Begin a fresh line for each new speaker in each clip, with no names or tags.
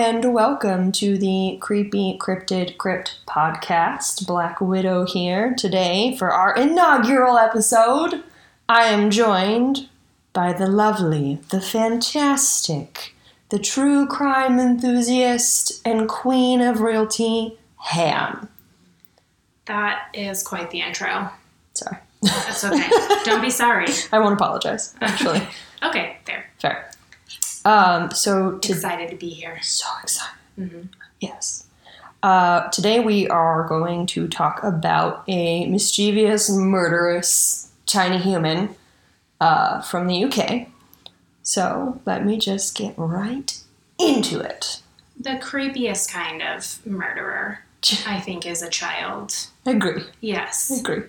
welcome to the Creepy Cryptid Crypt podcast. Black Widow here today for our inaugural episode. I am joined by the lovely, the fantastic, the true crime enthusiast, and queen of realty, Ham.
That is quite the intro.
Sorry,
That's okay. Don't be sorry.
I won't apologize, actually.
Okay, there.
Fair. Um, so, to
Excited to be here.
So excited.
Mm-hmm.
Yes. Uh, today we are going to talk about a mischievous, murderous tiny human uh, from the UK. So let me just get right into it.
The creepiest kind of murderer, I think, is a child.
Agree.
Yes.
Agree.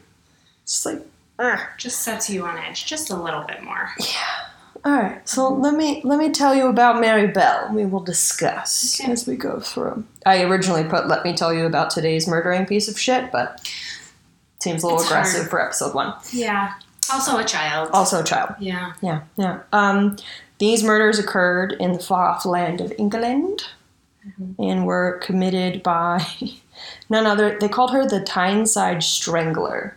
It's like, ah, ugh.
Just sets you on edge just a little bit more.
all right. So
Mm-hmm.
let me let me tell you about Mary Bell. We will discuss
Okay.
as we go through. I originally put "Let me tell you about today's murdering piece of shit," but seems a little
It's hard.
aggressive for episode one.
Yeah. Also a child.
Also, a child.
Yeah.
Yeah, yeah. Um, these murders occurred in the far off land of England and were committed by none other. They called her the Tyneside Strangler,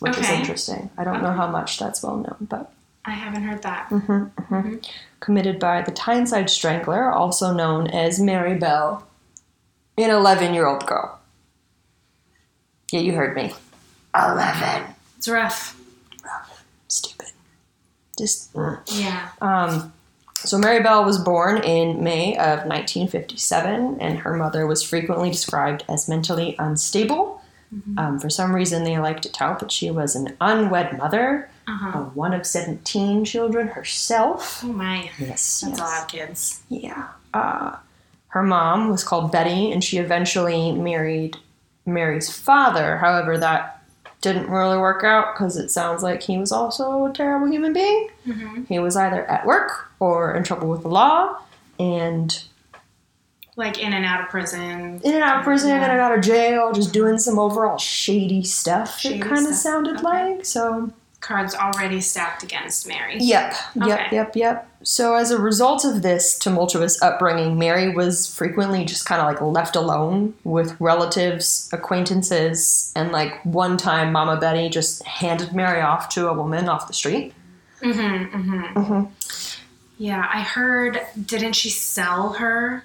which is
Okay.
interesting. I don't know how much that's well known, but
I haven't heard that.
Mm. committed by the Tyneside Strangler, also known as Mary Bell, an 11 year old girl. Yeah, you heard me. 11.
It's rough.
Stupid. Just. mm.
Yeah.
Um, so Mary Bell was born in May of 1957, and her mother was frequently described as mentally unstable. Um, for some reason, they like to tout that she was an unwed mother,
Uh
a
huh.
one of 17 children herself.
Oh my.
Yes,
That's
yes.
a lot of kids.
Yeah. Uh, her mom was called Betty, and she eventually married Mary's father. However, that didn't really work out because it sounds like he was also a terrible human being.
hmm
He was either at work or in trouble with the law, and
Like in and out of prison.
in and out of prison, in and out of jail, just doing some overall shady stuff.
Shady
it kind of
stuff,
sounded
okay.
like so.
Cards already stacked against Mary.
Yep, yep,
Okay.
yep, yep. So as a result of this tumultuous upbringing, Mary was frequently just kind of like left alone with relatives, acquaintances, and like one time, Mama Betty just handed Mary off to a woman off the street.
Mm-hmm, mm-hmm. Yeah, I heard. Didn't she sell her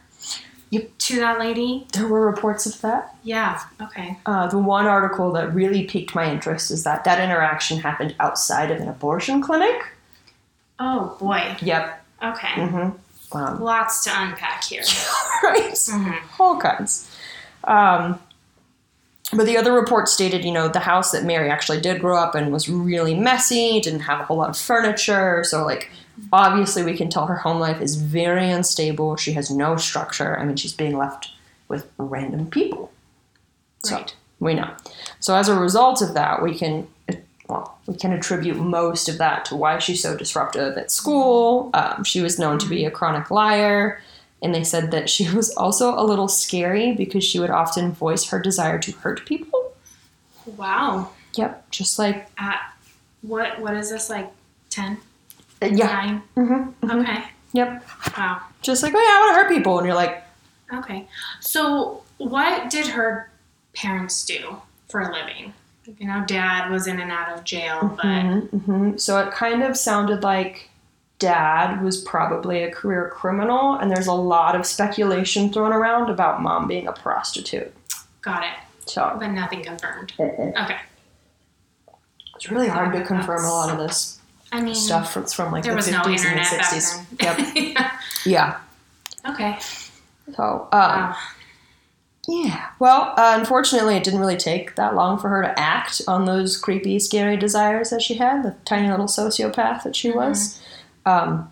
Yep.
to that lady?
There were reports of that.
Yeah. Okay.
Uh, the one article that really piqued my interest is that that interaction happened outside of an abortion clinic.
Oh boy.
Yep.
Okay.
Mm-hmm. Um,
Lots to unpack here.
right.
Mm-hmm.
All kinds. Um, but the other report stated, you know, the house that Mary actually did grow up in was really messy, didn't have a whole lot of furniture. So, like, obviously, we can tell her home life is very unstable. She has no structure. I mean, she's being left with random people. So,
Right.
we know. So, as a result of that, we can. Well, we can attribute most of that to why she's so disruptive at school. Um, she was known to be
Mm-hmm.
a chronic liar, and they said that she was also a little scary because she would often voice her desire to hurt people.
Wow.
Yep, just like
At what? What is this like? Ten?
yeah,
9
hmm
Okay.
yep,
Wow.
just like oh yeah, I want to hurt people, and you're like
Okay. So, what did her parents do for a living? You know, dad was in and out of jail, but
hmm So it kind of sounded like dad was probably a career criminal, and there's a lot of speculation thrown around about mom being a prostitute.
got it.
So
But nothing confirmed. Okay.
it's really hard to confirm a lot of this
I mean,
stuff that's from like
Mm-hmm. there
the
was no
50s and the
internet back
60s.
then.
Yep.
Yeah.
Yeah.
Okay.
So, um,
Wow.
Yeah. Well, uh, unfortunately, it didn't really take that long for her to act on those creepy, scary desires that she had, the tiny little sociopath that she was. Um,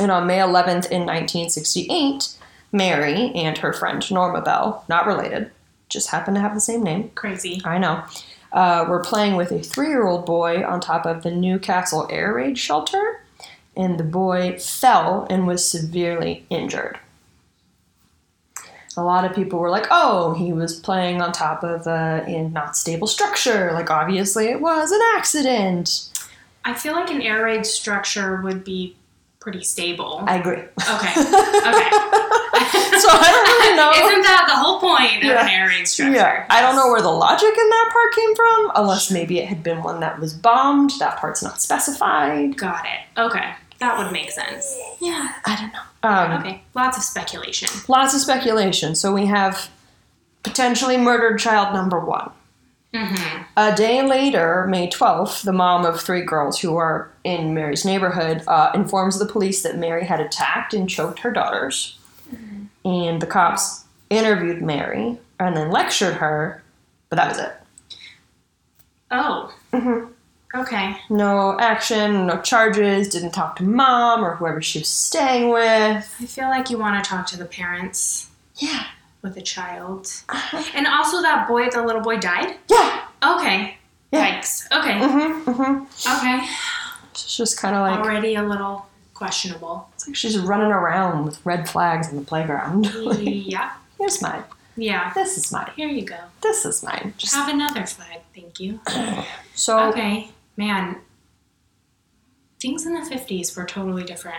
and on May 11th, in 1968, Mary and her friend Norma Bell, not related, just happened to have the same name,
Crazy.
I know, uh, were playing with a three year old boy on top of the Newcastle air raid shelter, and the boy fell and was severely injured. A lot of people were like, oh, he was playing on top of a in not stable structure. Like, obviously, it was an accident.
I feel like an air raid structure would be pretty stable.
I agree.
Okay. Okay.
so I don't really know.
Isn't that the whole point of
Yeah.
an air raid structure?
Yeah, I don't know where the logic in that part came from, unless maybe it had been one that was bombed. That part's not specified.
Got it. Okay. That would make sense.
Yeah, I don't know. Um,
Okay. Lots of speculation.
Lots of speculation. So we have potentially murdered child number one.
Mm-hmm.
A day later, May 12th, the mom of three girls who are in Mary's neighborhood uh, informs the police that Mary had attacked and choked her daughters. And the cops interviewed Mary and then lectured her, but that was it.
Oh.
Mhm.
Okay.
No action, no charges, didn't talk to mom or whoever she was staying with.
I feel like you want to talk to the parents
Yeah.
with a child.
Uh-huh.
And also, that boy, the little boy died?
Yeah.
Okay.
Yeah.
Yikes. Okay.
Mm-hmm, mm-hmm.
Okay.
It's just kind of like,
Already a little questionable.
it's like she's running around with red flags on the playground. Like,
yeah.
Here's mine.
Yeah.
This is mine.
Here you go.
This is mine. Just Oh.
Have another flag. Thank you.
so.
Okay. Man. Things in the 50s were totally different.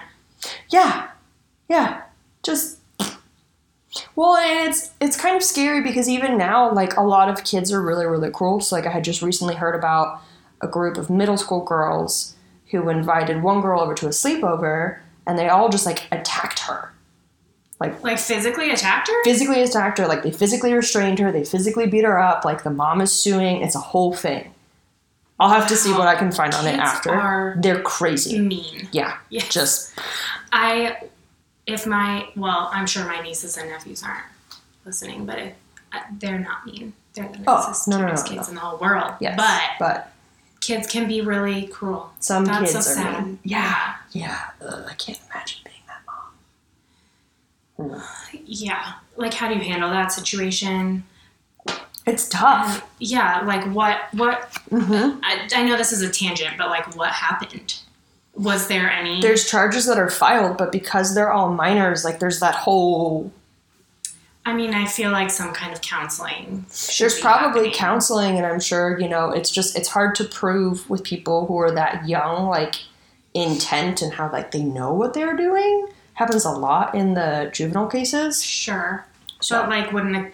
Yeah, yeah. Just well, and it's it's kind of scary because even now, like a lot of kids are really really cruel. So like I had just recently heard about a group of middle school girls who invited one girl over to a sleepover, and they all just like attacked her,
Like, physically attacked her?
physically attacked her, like they physically restrained her, they physically beat her up. Like the mom is suing. It's a whole thing. I'll have to see what I can find on it
Kids
after.
are
They're crazy.
mean.
Yeah,
Yes.
just
I, if my, well, I'm sure my nieces and nephews aren't listening, but it, uh, they're not mean. They're the
Oh,
nicest,
no, no,
cutest
no,
kids in the whole world.
yes,
But
but
kids can be really cruel.
some
That's
kids
so
are
sad.
mean.
Yeah.
Yeah, ugh, I can't imagine being that mom. Mm.
Yeah. Like, how do you handle that situation?
It's tough.
And, yeah. Like, what, what,
hmm
I, I know this is a tangent, but like, what happened? Was there any?
There's charges that are filed, but because they're all minors, like there's that whole.
I mean, I feel like some kind of counseling. should
There's
be
probably
happening.
counseling, and I'm sure you know it's just it's hard to prove with people who are that young, like intent and how like they know what they're doing. Happens a lot in the juvenile cases.
Sure.
So
But like, wouldn't a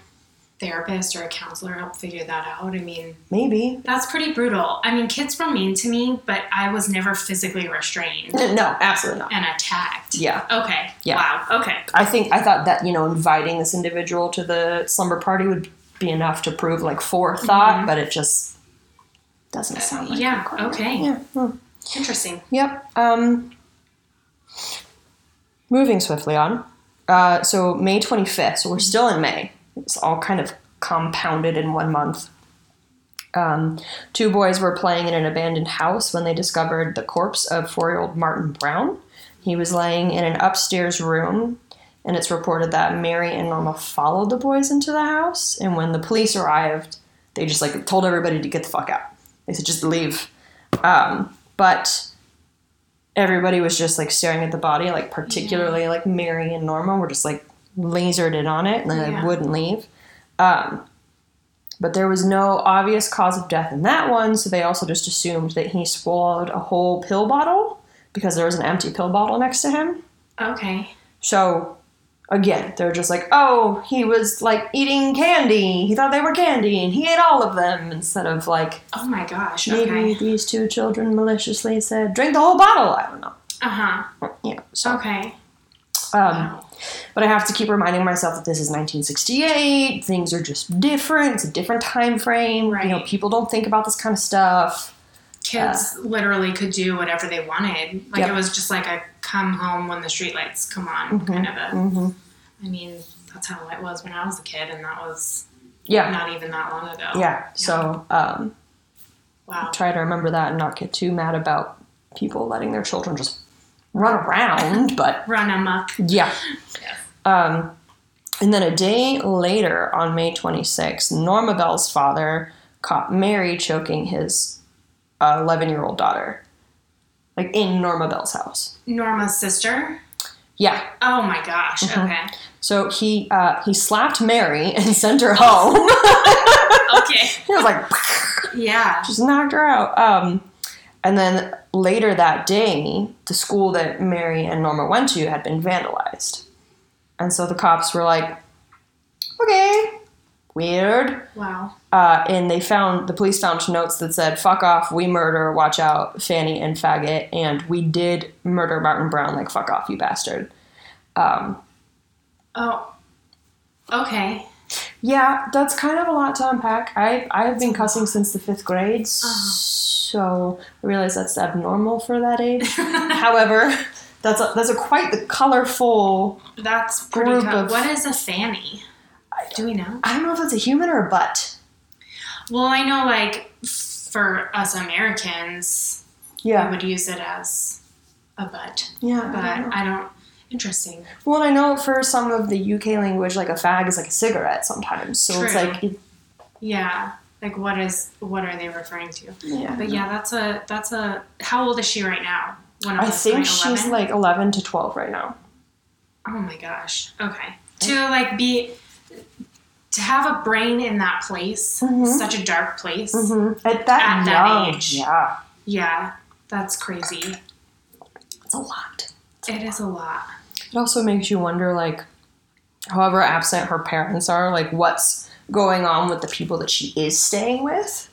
therapist or a counselor help figure that out? I mean,
maybe
that's pretty brutal. I mean, kids were mean to me, but I was never physically restrained
no, absolutely not.
and attacked.
Yeah.
Okay.
Yeah.
Wow. Okay.
I think I thought that you know inviting this individual to the slumber party would be enough to prove like forethought, but it just doesn't sound like
Mm-hmm. yeah,
requirement.
okay.
yeah hmm.
Interesting.
yep. Um, moving swiftly on. Uh, so May twenty fifth. So we're still in May. It's all kind of compounded in one month. Um, two boys were playing in an abandoned house when they discovered the corpse of four year old Martin Brown. He was laying in an upstairs room, and it's reported that Mary and Norma followed the boys into the house. And when the police arrived, they just like told everybody to get the fuck out. They said just leave. Um, but everybody was just like staring at the body, like particularly like Mary and Norma were just like lasered in on it, and they
Yeah.
wouldn't leave. Um, but there was no obvious cause of death in that one, so they also just assumed that he swallowed a whole pill bottle because there was an empty pill bottle next to him.
Okay.
So, again, they're just like, oh, he was like eating candy. He thought they were candy and he ate all of them instead of like,
Oh my gosh.
maybe
Okay.
these two children maliciously said, drink the whole bottle. I don't know.
Uh huh.
Yeah. So,
Okay.
um,
Wow.
but I have to keep reminding myself that this is 1968. Things are just different. It's a different time frame. You know,
Right.
people don't think about this kind of stuff.
Kids literally could do whatever they wanted. Like
Yep.
it was just like a come home when the streetlights come on kind of a.
hmm
I mean, that's how it was when I was a kid, and that was
Yeah.
not even that long ago.
Yeah. So um,
Wow.
try to remember that and not get too mad about people letting their children just run around. but
Run amok.
yeah.
Yes.
Um, and then a day later, on May 26th, Norma Bell's father caught Mary choking his 11 year old daughter, like in Norma Bell's house.
Norma's sister.
Yeah.
Oh my gosh.
Mm-hmm.
Okay.
So he uh, he slapped Mary and sent her home.
Okay.
he was like,
Yeah.
just knocked her out. Um, And then later that day, the school that Mary and Norma went to had been vandalized. And so the cops were like, okay, weird.
Wow.
Uh, and they found, the police found notes that said, fuck off, we murder, watch out, Fanny and faggot, and we did murder Martin Brown, like, fuck off, you bastard. Um,
Oh. Okay.
yeah, that's kind of a lot to unpack. I, I have been cussing since the fifth grade,
Uh-huh.
so I realize that's abnormal for that age. However, that's a, that's a quite the colorful.
That's pretty
Group
tough.
of-
What is a fanny? Do we know?
I don't know if it's a human or a butt.
Well, I know, like, for us Americans, we would use it as a butt,
yeah.
but
I don't know.
I don't. Interesting.
Well, and I know for some of the UK language, like a fag is like a cigarette sometimes. So it's
True.
like, it,
Yeah. Like, what is? What are they referring to?
yeah.
But yeah, that's a that's a. How old is she right now? When
I
was
think
like
she's
11?
like 11 to 12 right now.
Oh my gosh. Okay. To like be. To have a brain in that place,
Mhm.
such a dark place.
Mm-hmm. At that
At that
young,
age.
yeah,
Yeah, that's crazy.
it's a lot.
It is a lot.
It also makes you wonder, like, however absent her parents are, like, what's going on with the people that she is staying with.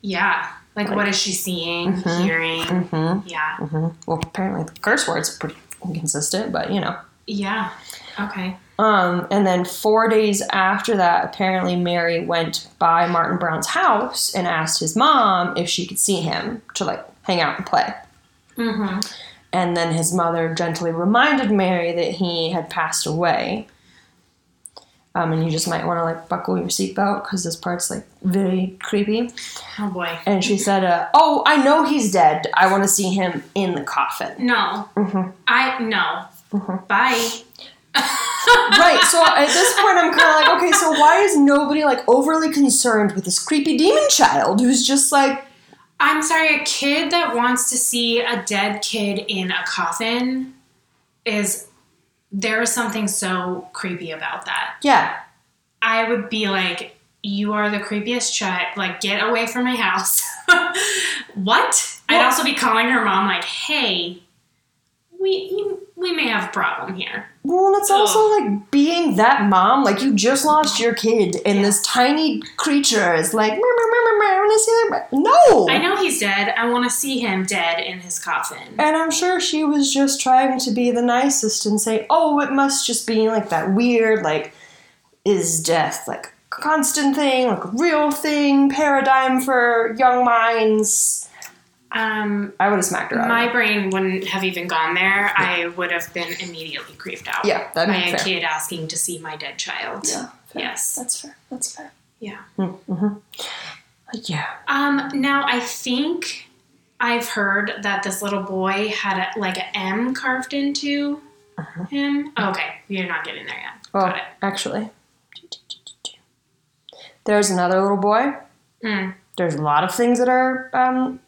Yeah. Like, what is she seeing,
Mhm.
hearing?
Mm-hmm.
Yeah.
Mm-hmm. Well, apparently the curse words are pretty inconsistent, but you know.
Yeah. Okay.
Um, and then four days after that, apparently Mary went by Martin Brown's house and asked his mom if she could see him to like hang out and play.
Mm-hmm.
And then his mother gently reminded Mary that he had passed away. Um, and you just might want to like buckle your seatbelt because this part's like very creepy.
Oh boy.
And she said, uh, "Oh, I know he's dead. I want to see him in the coffin."
No. I no. Bye.
right. So at this point, I'm kind of like, okay, so why is nobody like overly concerned with this creepy demon child who's just like,
I'm sorry. A kid that wants to see a dead kid in a coffin is there is something so creepy about that.
yeah,
I would be like, "You are the creepiest child. Like, get away from my house." what? I'd
Well-
also be calling her mom, like, "Hey, we we may have a problem here."
Well, and it's also like being that mom, like you just lost your kid, and this tiny creature is like, meow, meow, meow, meow, meow, I wanna see that ma-" no.
I know he's dead. I want to see him dead in his coffin.
And I'm sure she was just trying to be the nicest and say, oh, it must just be like that weird, like, is death like a constant thing, like a real thing, paradigm for young minds.
Um,
I would have smacked her out.
my brain wouldn't have even gone there. I would have been immediately creeped out
yeah, that
by
makes
a
fair.
kid asking to see my dead child.
Yeah, fair.
Yes.
That's fair. That's fair.
Yeah.
Mm-hmm. Yeah.
Um, now I think I've heard that this little boy had a, like an M carved into
Uh-huh.
him. Okay, you're not getting there yet.
Well,
Got it.
actually, there's another little boy.
Mm.
There's a lot of things that are. Um,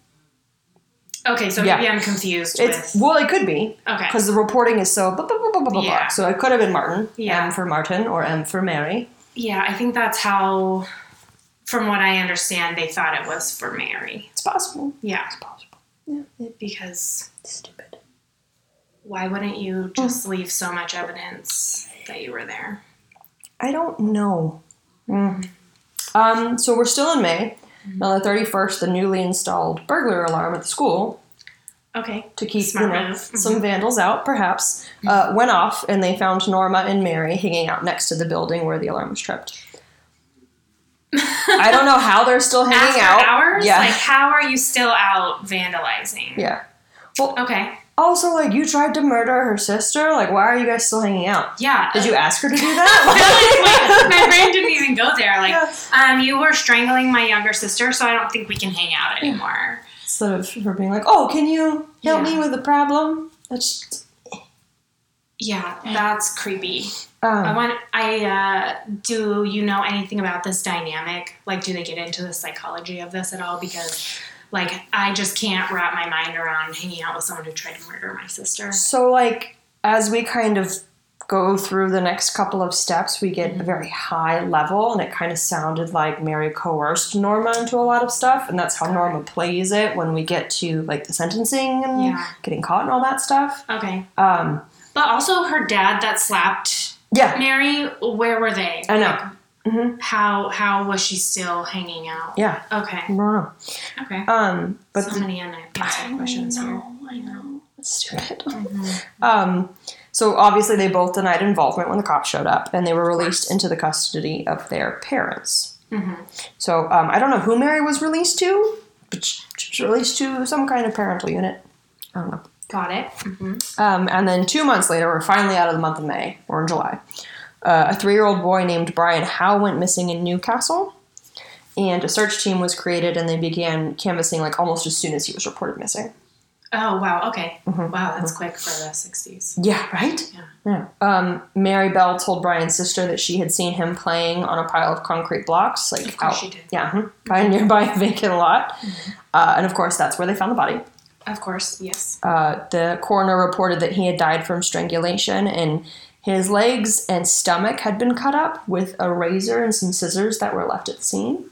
Okay, so
Yeah.
maybe I'm confused
it's
with.
well, it could be
Okay.
because the reporting is so. Blah, blah, blah, blah, blah, blah.
Yeah.
So it could have been Martin.
Yeah.
M for Martin or M for Mary.
Yeah, I think that's how, from what I understand, they thought it was for Mary.
It's possible.
Yeah,
It's possible. Yeah. It's
because
stupid.
why wouldn't you
Oh.
just leave so much evidence that you were there?
I don't know. Mm. Um, so we're still in May.
Mm-hmm.
On the 31st, the newly installed burglar alarm at the school
Okay.
to keep you
Smart
know,
move.
some vandals out, perhaps, uh,
Mm-hmm.
went off and they found Norma and Mary hanging out next to the building where the alarm was tripped. I don't know how they're still hanging
After
out.
hours?
Yeah.
Like, how are you still out vandalizing?
yeah.
Okay.
Also, like, you tried to murder her sister. Like, why are you guys still hanging out?
Yeah.
Did you ask her to do
Wait,
that?
my brain didn't even go there. Like,
Yeah.
um, you were strangling my younger sister, so I don't think we can hang out anymore.
Instead of her being like, oh, can you help
Yeah.
me with a problem? That's,
Yeah, that's creepy. I
um,
want. I uh, do. You know anything about this dynamic? Like, do they get into the psychology of this at all? Because, like, I just can't wrap my mind around hanging out with someone who tried to murder my sister.
so, like, as we kind of go through the next couple of steps, we get
Mm-hmm.
a very high level, and it kind of sounded like Mary coerced Norma into a lot of stuff, and that's how Norma plays it when we get to like the sentencing and
Yeah.
getting caught and all that stuff.
Okay.
Um,
But also her dad that slapped
yeah,
Mary, where were they?
I know.
Like,
Mhm.
how how was she still hanging out?
yeah,
Okay.
I don't know.
Okay.
Um, but
so many unanswered questions here.
I know, That's stupid.
Mhm.
Um, so obviously they both denied involvement when the cops showed up, and they were released into the custody of their parents.
Mhm.
So um, I don't know who Mary was released to, but she she was released to some kind of parental unit. I don't know.
Got it. Mhm.
Um, and then two months later, we're finally out of the month of May. We're in July. Uh, a three-year-old boy named Brian Howe went missing in Newcastle, and a search team was created, and they began canvassing like almost as soon as he was reported missing.
Oh wow. Okay.
Mhm.
Wow, that's quick for the '60s.
Yeah, right?
Hmm.
Yeah. Um, Mary Bell told Brian's sister that she had seen him playing on a pile of concrete blocks, like
Of course
out,
she did. Hmm.
yeah, mhm, by a nearby vacant lot. Uh, and of course, that's where they found the body.
Of course. Yes.
Uh, the coroner reported that he had died from strangulation, and his legs and stomach had been cut up with a razor and some scissors that were left at the scene.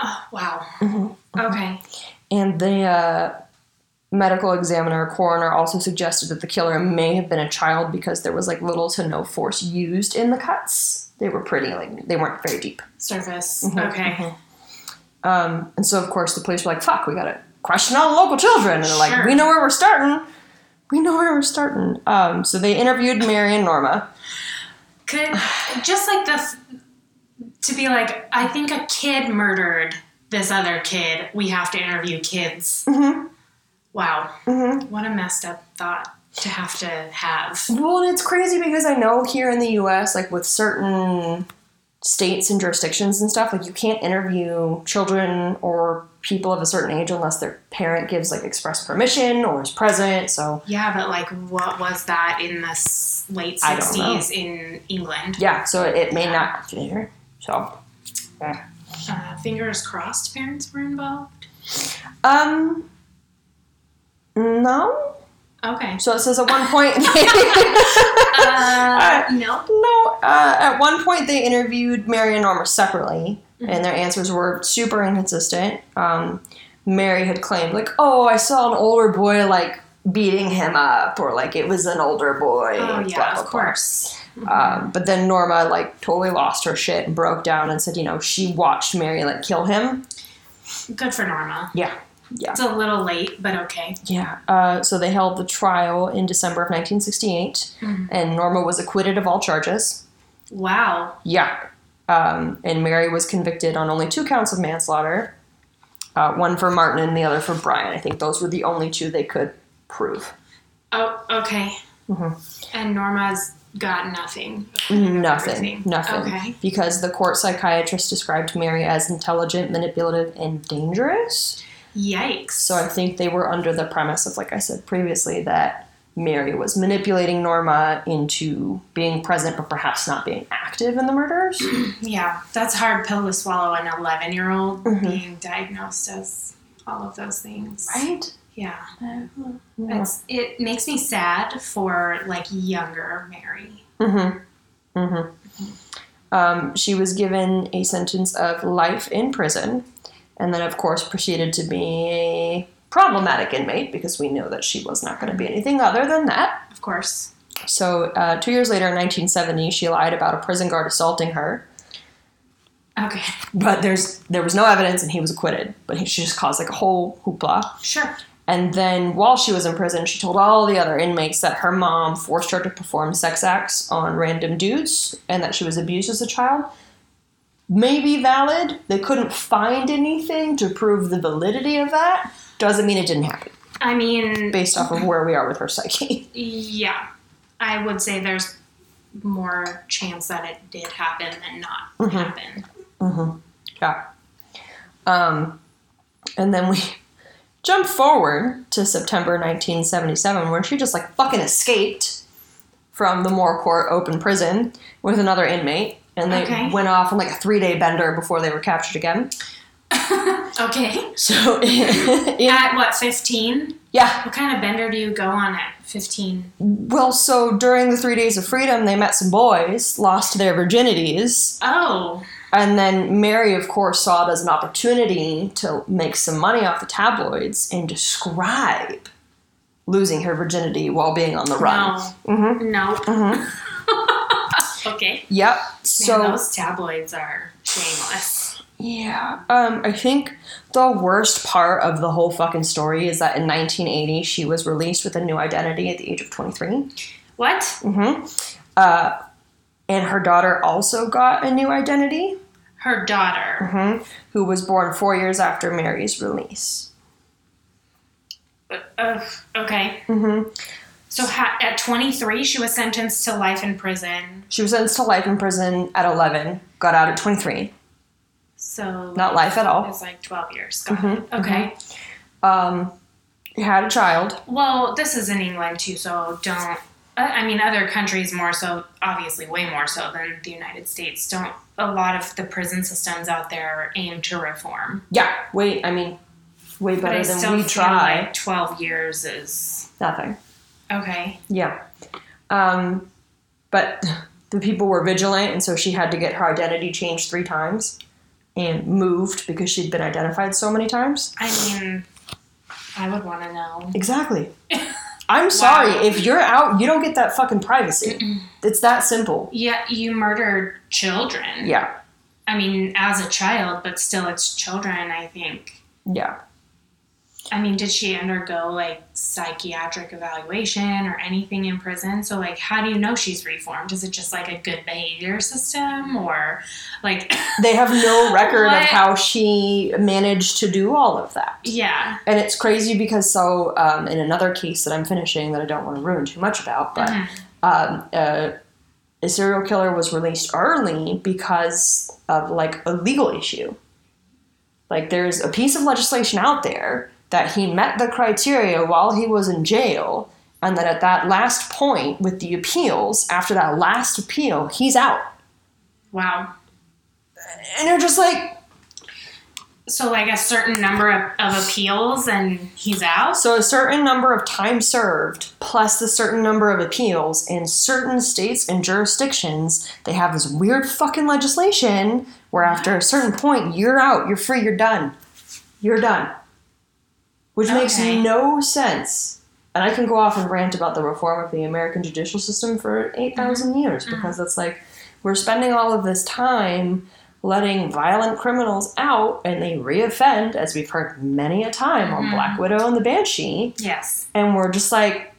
Oh wow.
Mm-hmm.
Okay.
And the uh, medical examiner coroner also suggested that the killer may have been a child because there was like little to no force used in the cuts. They were pretty like they weren't very deep.
Surface.
Mhm,
okay.
mhm. Um, and so of course the police were like, "Fuck, we gotta question all the local children." And they're like,
Sure.
"We know where we're starting. We know where we're starting." Um, so they interviewed Mary and Norma.
Could just like the f- to be like, I think a kid murdered this other kid. We have to interview kids.
Mhm.
Wow,
Mm-hmm.
what a messed up thought to have to have.
Well, and it's crazy because I know here in the U.S., like with certain states and jurisdictions and stuff, like you can't interview children or people of a certain age unless their parent gives like express permission or is present. So
Yeah, but like, what was that in the s- late
I don't know.
sixties in England?
yeah, so it may not be there. So.
Uh, fingers crossed, parents were involved.
Um. No.
Okay.
So it says at one point.
Uh, no.
no. Uh, at one point they interviewed Mary and Norma separately,
Mm-hmm.
and their answers were super inconsistent. Um, Mary had claimed like, "Oh, I saw an older boy like beating him up," or like it was an older boy.
Oh
blah,
yeah,
blah,
of
blah.
course. Mm-hmm.
Um, but then Norma like totally lost her shit and broke down and said, you know, she watched Mary like kill him.
Good for Norma.
Yeah. Yeah.
It's a little late, but okay.
Yeah. Uh, so they held the trial in December of 1968,
Mhm.
and Norma was acquitted of all charges.
Wow.
Yeah. Um, and Mary was convicted on only two counts of manslaughter uh, one for Martin and the other for Brian. I think those were the only two they could prove.
Oh, okay. And Norma's got nothing.
Mm-hmm. Nothing.
Everything.
Nothing.
Okay.
Because the court psychiatrist described Mary as intelligent, manipulative, and dangerous.
Yikes.
So I think they were under the premise of, like I said previously, that Mary was manipulating Norma into being present but perhaps not being active in the murders.
yeah, that's a hard pill to swallow. An eleven-year-old
Mhm.
being diagnosed as all of those things.
right?
Yeah,
Yeah.
it's it makes me sad for like younger Mary.
Mm-hmm. Mm-hmm. Um, she was given a sentence of life in prison, and then, of course, proceeded to be a problematic inmate because we know that she was not going to be anything other than that.
Of course.
So, uh, two years later, in 1970, she lied about a prison guard assaulting her,
Okay.
but there's there was no evidence, and he was acquitted. But he, she just caused like a whole hoopla.
Sure.
And then while she was in prison, she told all the other inmates that her mom forced her to perform sex acts on random dudes and that she was abused as a child. Maybe valid. They couldn't find anything to prove the validity of that. Doesn't mean it didn't happen,
I mean,
based off of where we are with her psyche.
yeah, I would say there's more chance that it did happen than not
Mhm.
happen.
yeah. Um, and then we jump forward to September 1977, where she just like fucking escaped from the Moore Court open prison with another inmate. And they
Okay.
went off on like a three day bender before they were captured again.
okay.
So, yeah,
At what, 15?
yeah.
What kind of bender do you go on at 15?
Well, so during the three days of freedom, they met some boys, lost their virginities,
Oh,
and then Mary, of course, saw it as an opportunity to make some money off the tabloids and describe losing her virginity while being on the run.
no.
Mm-hmm.
No.
Mhm.
okay.
Yep.
Mm-hmm. So,
So
Man, those tabloids are shameless.
Yeah. Um, I think the worst part of the whole fucking story is that in 1980 she was released with a new identity at the age of 23.
What?
Mm-hmm. Uh, and her daughter also got a new identity,
Her daughter.
hmm who was born four years after Mary's release.
Mm-hmm. Uh, Ugh, okay.
Mm-hmm.
So ha- at 23, she was sentenced to life in prison.
She was sentenced to life in prison at 11, got out at 23.
So
Not life at all.
It's like 12 years. Got
Mhm,
it. Okay.
Um, had a child.
Well, this is in England too, so don't. uh, I I mean, other countries more so, obviously, way more so than the United States. Don't a lot of the prison systems out there aim to reform?
Yeah. Wait, I mean, way
But
better
I
than
still
we
feel
try.
like 12 years is
Nothing.
okay.
Yeah. Um, but the people were vigilant, and so she had to get her identity changed three times and moved because she'd been identified so many times.
I mean, I would want to know.
Exactly. I'm sorry.
Wow.
If you're out, you don't get that fucking privacy. it's that simple.
Yeah, you murdered children.
Yeah.
I mean, as a child, but still, it's children. I think.
Yeah.
I mean, did she undergo like psychiatric evaluation or anything in prison? So, like, how do you know she's reformed? Is it just like a good behavior system or like,
They have no record of
What?
how she managed to do all of that.
yeah.
And it's crazy because, so, um, in another case that I'm finishing that I don't want to ruin too much about, but
Mhm.
um, uh, a serial killer was released early because of like a legal issue. Like there's a piece of legislation out there that he met the criteria while he was in jail, and that at that last point with the appeals, after that last appeal, he's out.
Wow.
And you're just like,
So, like, a certain number of, of appeals and he's out?
So a certain number of time served plus the certain number of appeals in certain states and jurisdictions, they have this weird fucking legislation where after a certain point you're out, you're free, you're done. You're done. Which makes
Okay.
no sense. And I can go off and rant about the reform of the American judicial system for 8,000 years because that's like we're spending all of this time letting violent criminals out and they reoffend, as we've heard many a time on
Mhm.
Black Widow and the Banshee,
Yes.
and we're just like,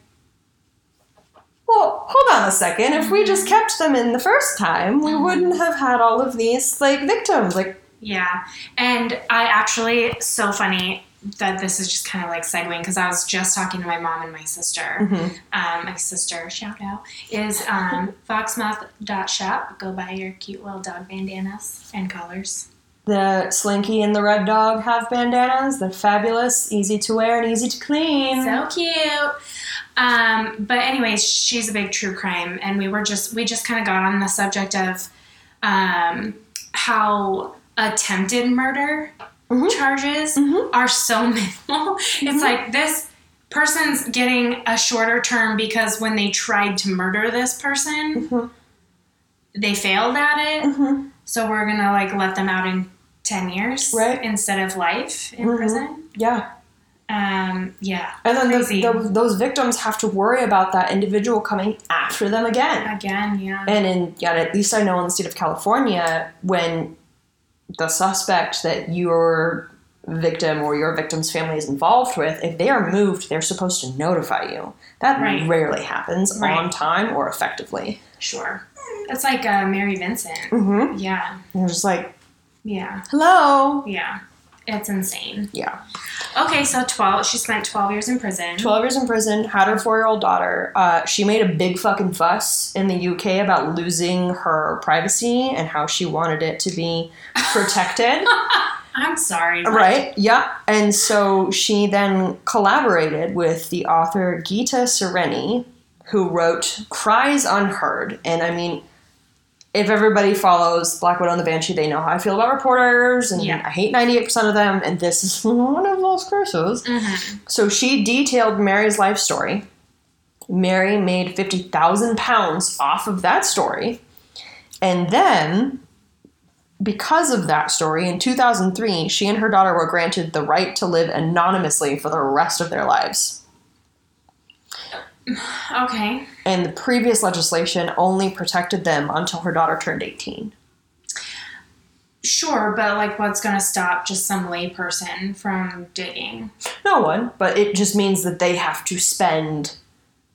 well, hold on a second. If we
Mm-hmm.
just kept them in the first time, we
Mhm.
wouldn't have had all of these like victims. Like,
Yeah. And I actually, so funny that this is just kind of like segueing because I was just talking to my mom and my sister. um, my sister, shout out, is um, foxmouth.shop. Go buy your cute little dog bandanas and collars.
the Slinky and the Red Dog have bandanas. They're fabulous, easy to wear, and easy to clean.
So cute. Um, but anyways, she's a big true crime, and we were just we just kind of got on the subject of um, how attempted murder
Mhm.
charges
Mhm.
are so minimal. It's like this person's getting a shorter term because when they tried to murder this person,
Mhm.
they failed at it.
Mhm.
So we're gonna like let them out in ten years,
Right.
Instead of life in
Mhm.
prison.
Yeah.
Um, yeah,
And then those
Crazy.
those those victims have to worry about that individual coming after them again.
again, yeah,
And in yeah, at least I know in the state of California, when the suspect that your victim or your victim's family is involved with, if they are moved, they're supposed to notify you. That
Right.
rarely happens
Right.
on time or effectively.
sure. It's like uh, Mary Vincent.
Mm-hmm.
Yeah,
You're just like,
yeah,
hello.
yeah. It's insane.
Yeah.
Okay, so twelve. She spent twelve years in prison.
12 years in prison, had her four year old daughter. Uh, she made a big fucking fuss in the UK about losing her privacy and how she wanted it to be protected.
I'm sorry. what?
right? Yeah. And so she then collaborated with the author Gita Sereni, who wrote Cries Unheard. And I mean, if everybody follows Black Widow and the Banshee, they know how I feel about reporters, and
Yeah.
I hate 98% of them, and this is one of those curses. So she detailed Mary's life story. Mary made 50,000 pounds off of that story. And then, because of that story, in 2003, she and her daughter were granted the right to live anonymously for the rest of their lives.
Okay.
And the previous legislation only protected them until her daughter turned 18.
Sure, but like, what's gonna stop just some layperson from digging?
No one, but it just means that they have to spend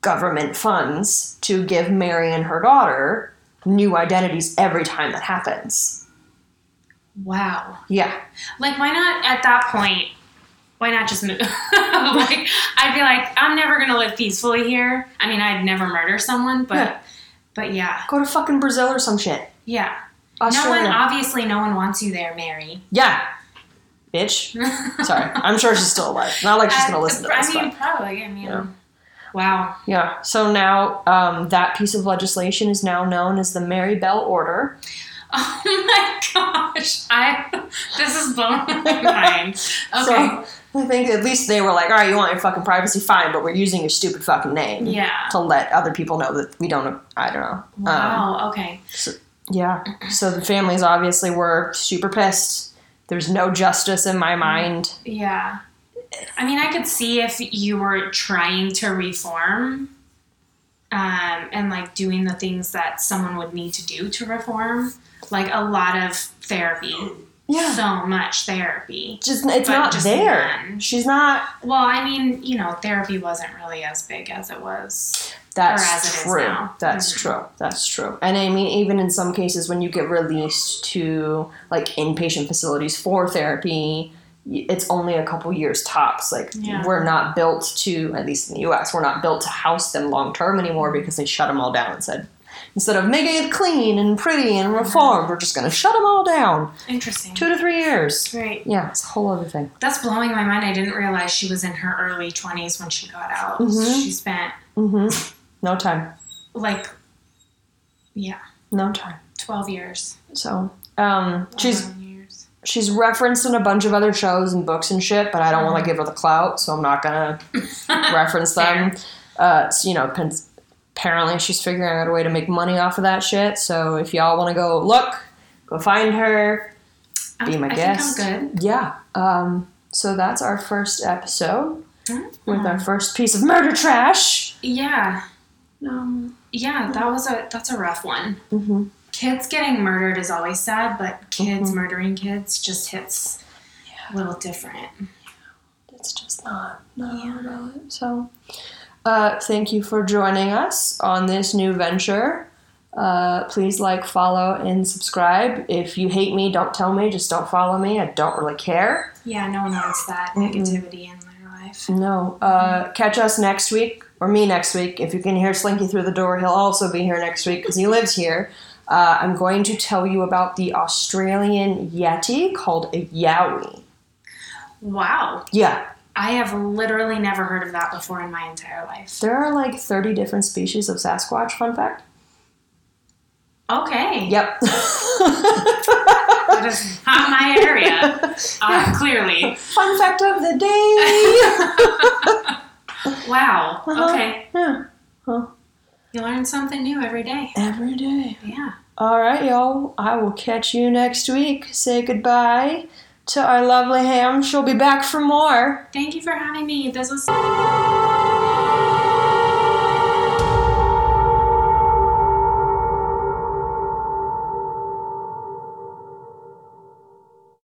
government funds to give Mary and her daughter new identities every time that happens.
Wow.
Yeah.
Like, why not at that point? Why not just move? like, I'd be like, I'm never gonna live peacefully here. I mean, I'd never murder someone, but,
Yeah.
but yeah,
Go to fucking Brazil or some shit.
yeah.
Australia.
No one, obviously, no one wants you there, Mary.
yeah. Bitch. Sorry. I'm sure she's still alive. Not like she's going to listen to
I,
this.
I mean,
but-
probably. I mean,
Yeah.
wow.
yeah. So now um, that piece of legislation is now known as the Mary Bell Order.
Oh my gosh. I this is blowing my mind. Okay.
So I think at least they were like, all right, you want your fucking privacy? Fine, but we're using your stupid fucking name.
yeah.
to let other people know that we don't i don't know um,
Wow. okay.
yeah so the families obviously were super pissed there's no justice in my mind
Yeah. I mean, I could see if you were trying to reform um, and like doing the things that someone would need to do to reform, like a lot of therapy. So much therapy.
just it's
But
not
just
there
none.
she's not
Well, I mean, you know, therapy wasn't really as big as it was. as it
that's
is
true
now.
that's
Mhm.
true that's true and i mean even in some cases when you get released to like inpatient facilities for therapy y- it's only a couple years tops like
Yeah.
we're not built to at least in the us we're not built to house them long term anymore
Mm-hmm.
because they shut them all down and said instead of making it clean and pretty and
Mm-hmm.
reformed we're just going to shut them all down
Interesting.
two to three years
Great.
yeah it's a whole other thing
That's blowing my mind. I didn't realize she was in her early 20s when she got out.
Mhm.
She spent
hmm no time
like, yeah,
no time
12 years.
so um, she's
11 years.
she's referenced in a bunch of other shows and books and shit, but I don't want to give her the clout, so I'm not gonna reference them. Uh, so, you know, pen- apparently she's figuring out a way to make money off of that shit. So if y'all want to go look, go find her. Be my
I
guest.
think I'm good.
Yeah. Um, so that's our first episode
Mhm.
with our first piece of murder trash.
Yeah.
Um,
Yeah, that was a that's a rough one.
mhm.
Kids getting murdered is always sad, but kids murdering kids just hits a little different.
It's just not. not about it. So, uh, thank you for joining us on this new venture. Uh, please like, follow, and subscribe. If you hate me, don't tell me. Just don't follow me. I don't really care.
Yeah, no one wants that negativity in their life.
No. Uh, catch us next week, or me next week. If you can hear Slinky through the door, he'll also be here next week because he lives here. Uh, I'm going to tell you about the Australian Yeti called a Yowie.
Wow.
Yeah,
I have literally never heard of that before in my entire life.
there are like 30 different species of Sasquatch, fun fact.
Okay.
Yep.
That is not my area. Uh, clearly.
Fun fact of the day.
Wow.
Uh-huh.
Okay.
Yeah.
You learn something new every day.
Every day.
Yeah.
All right, y'all. I will catch you next week. Say goodbye to our lovely ham. She'll be back for more.
Thank you for having me. This was.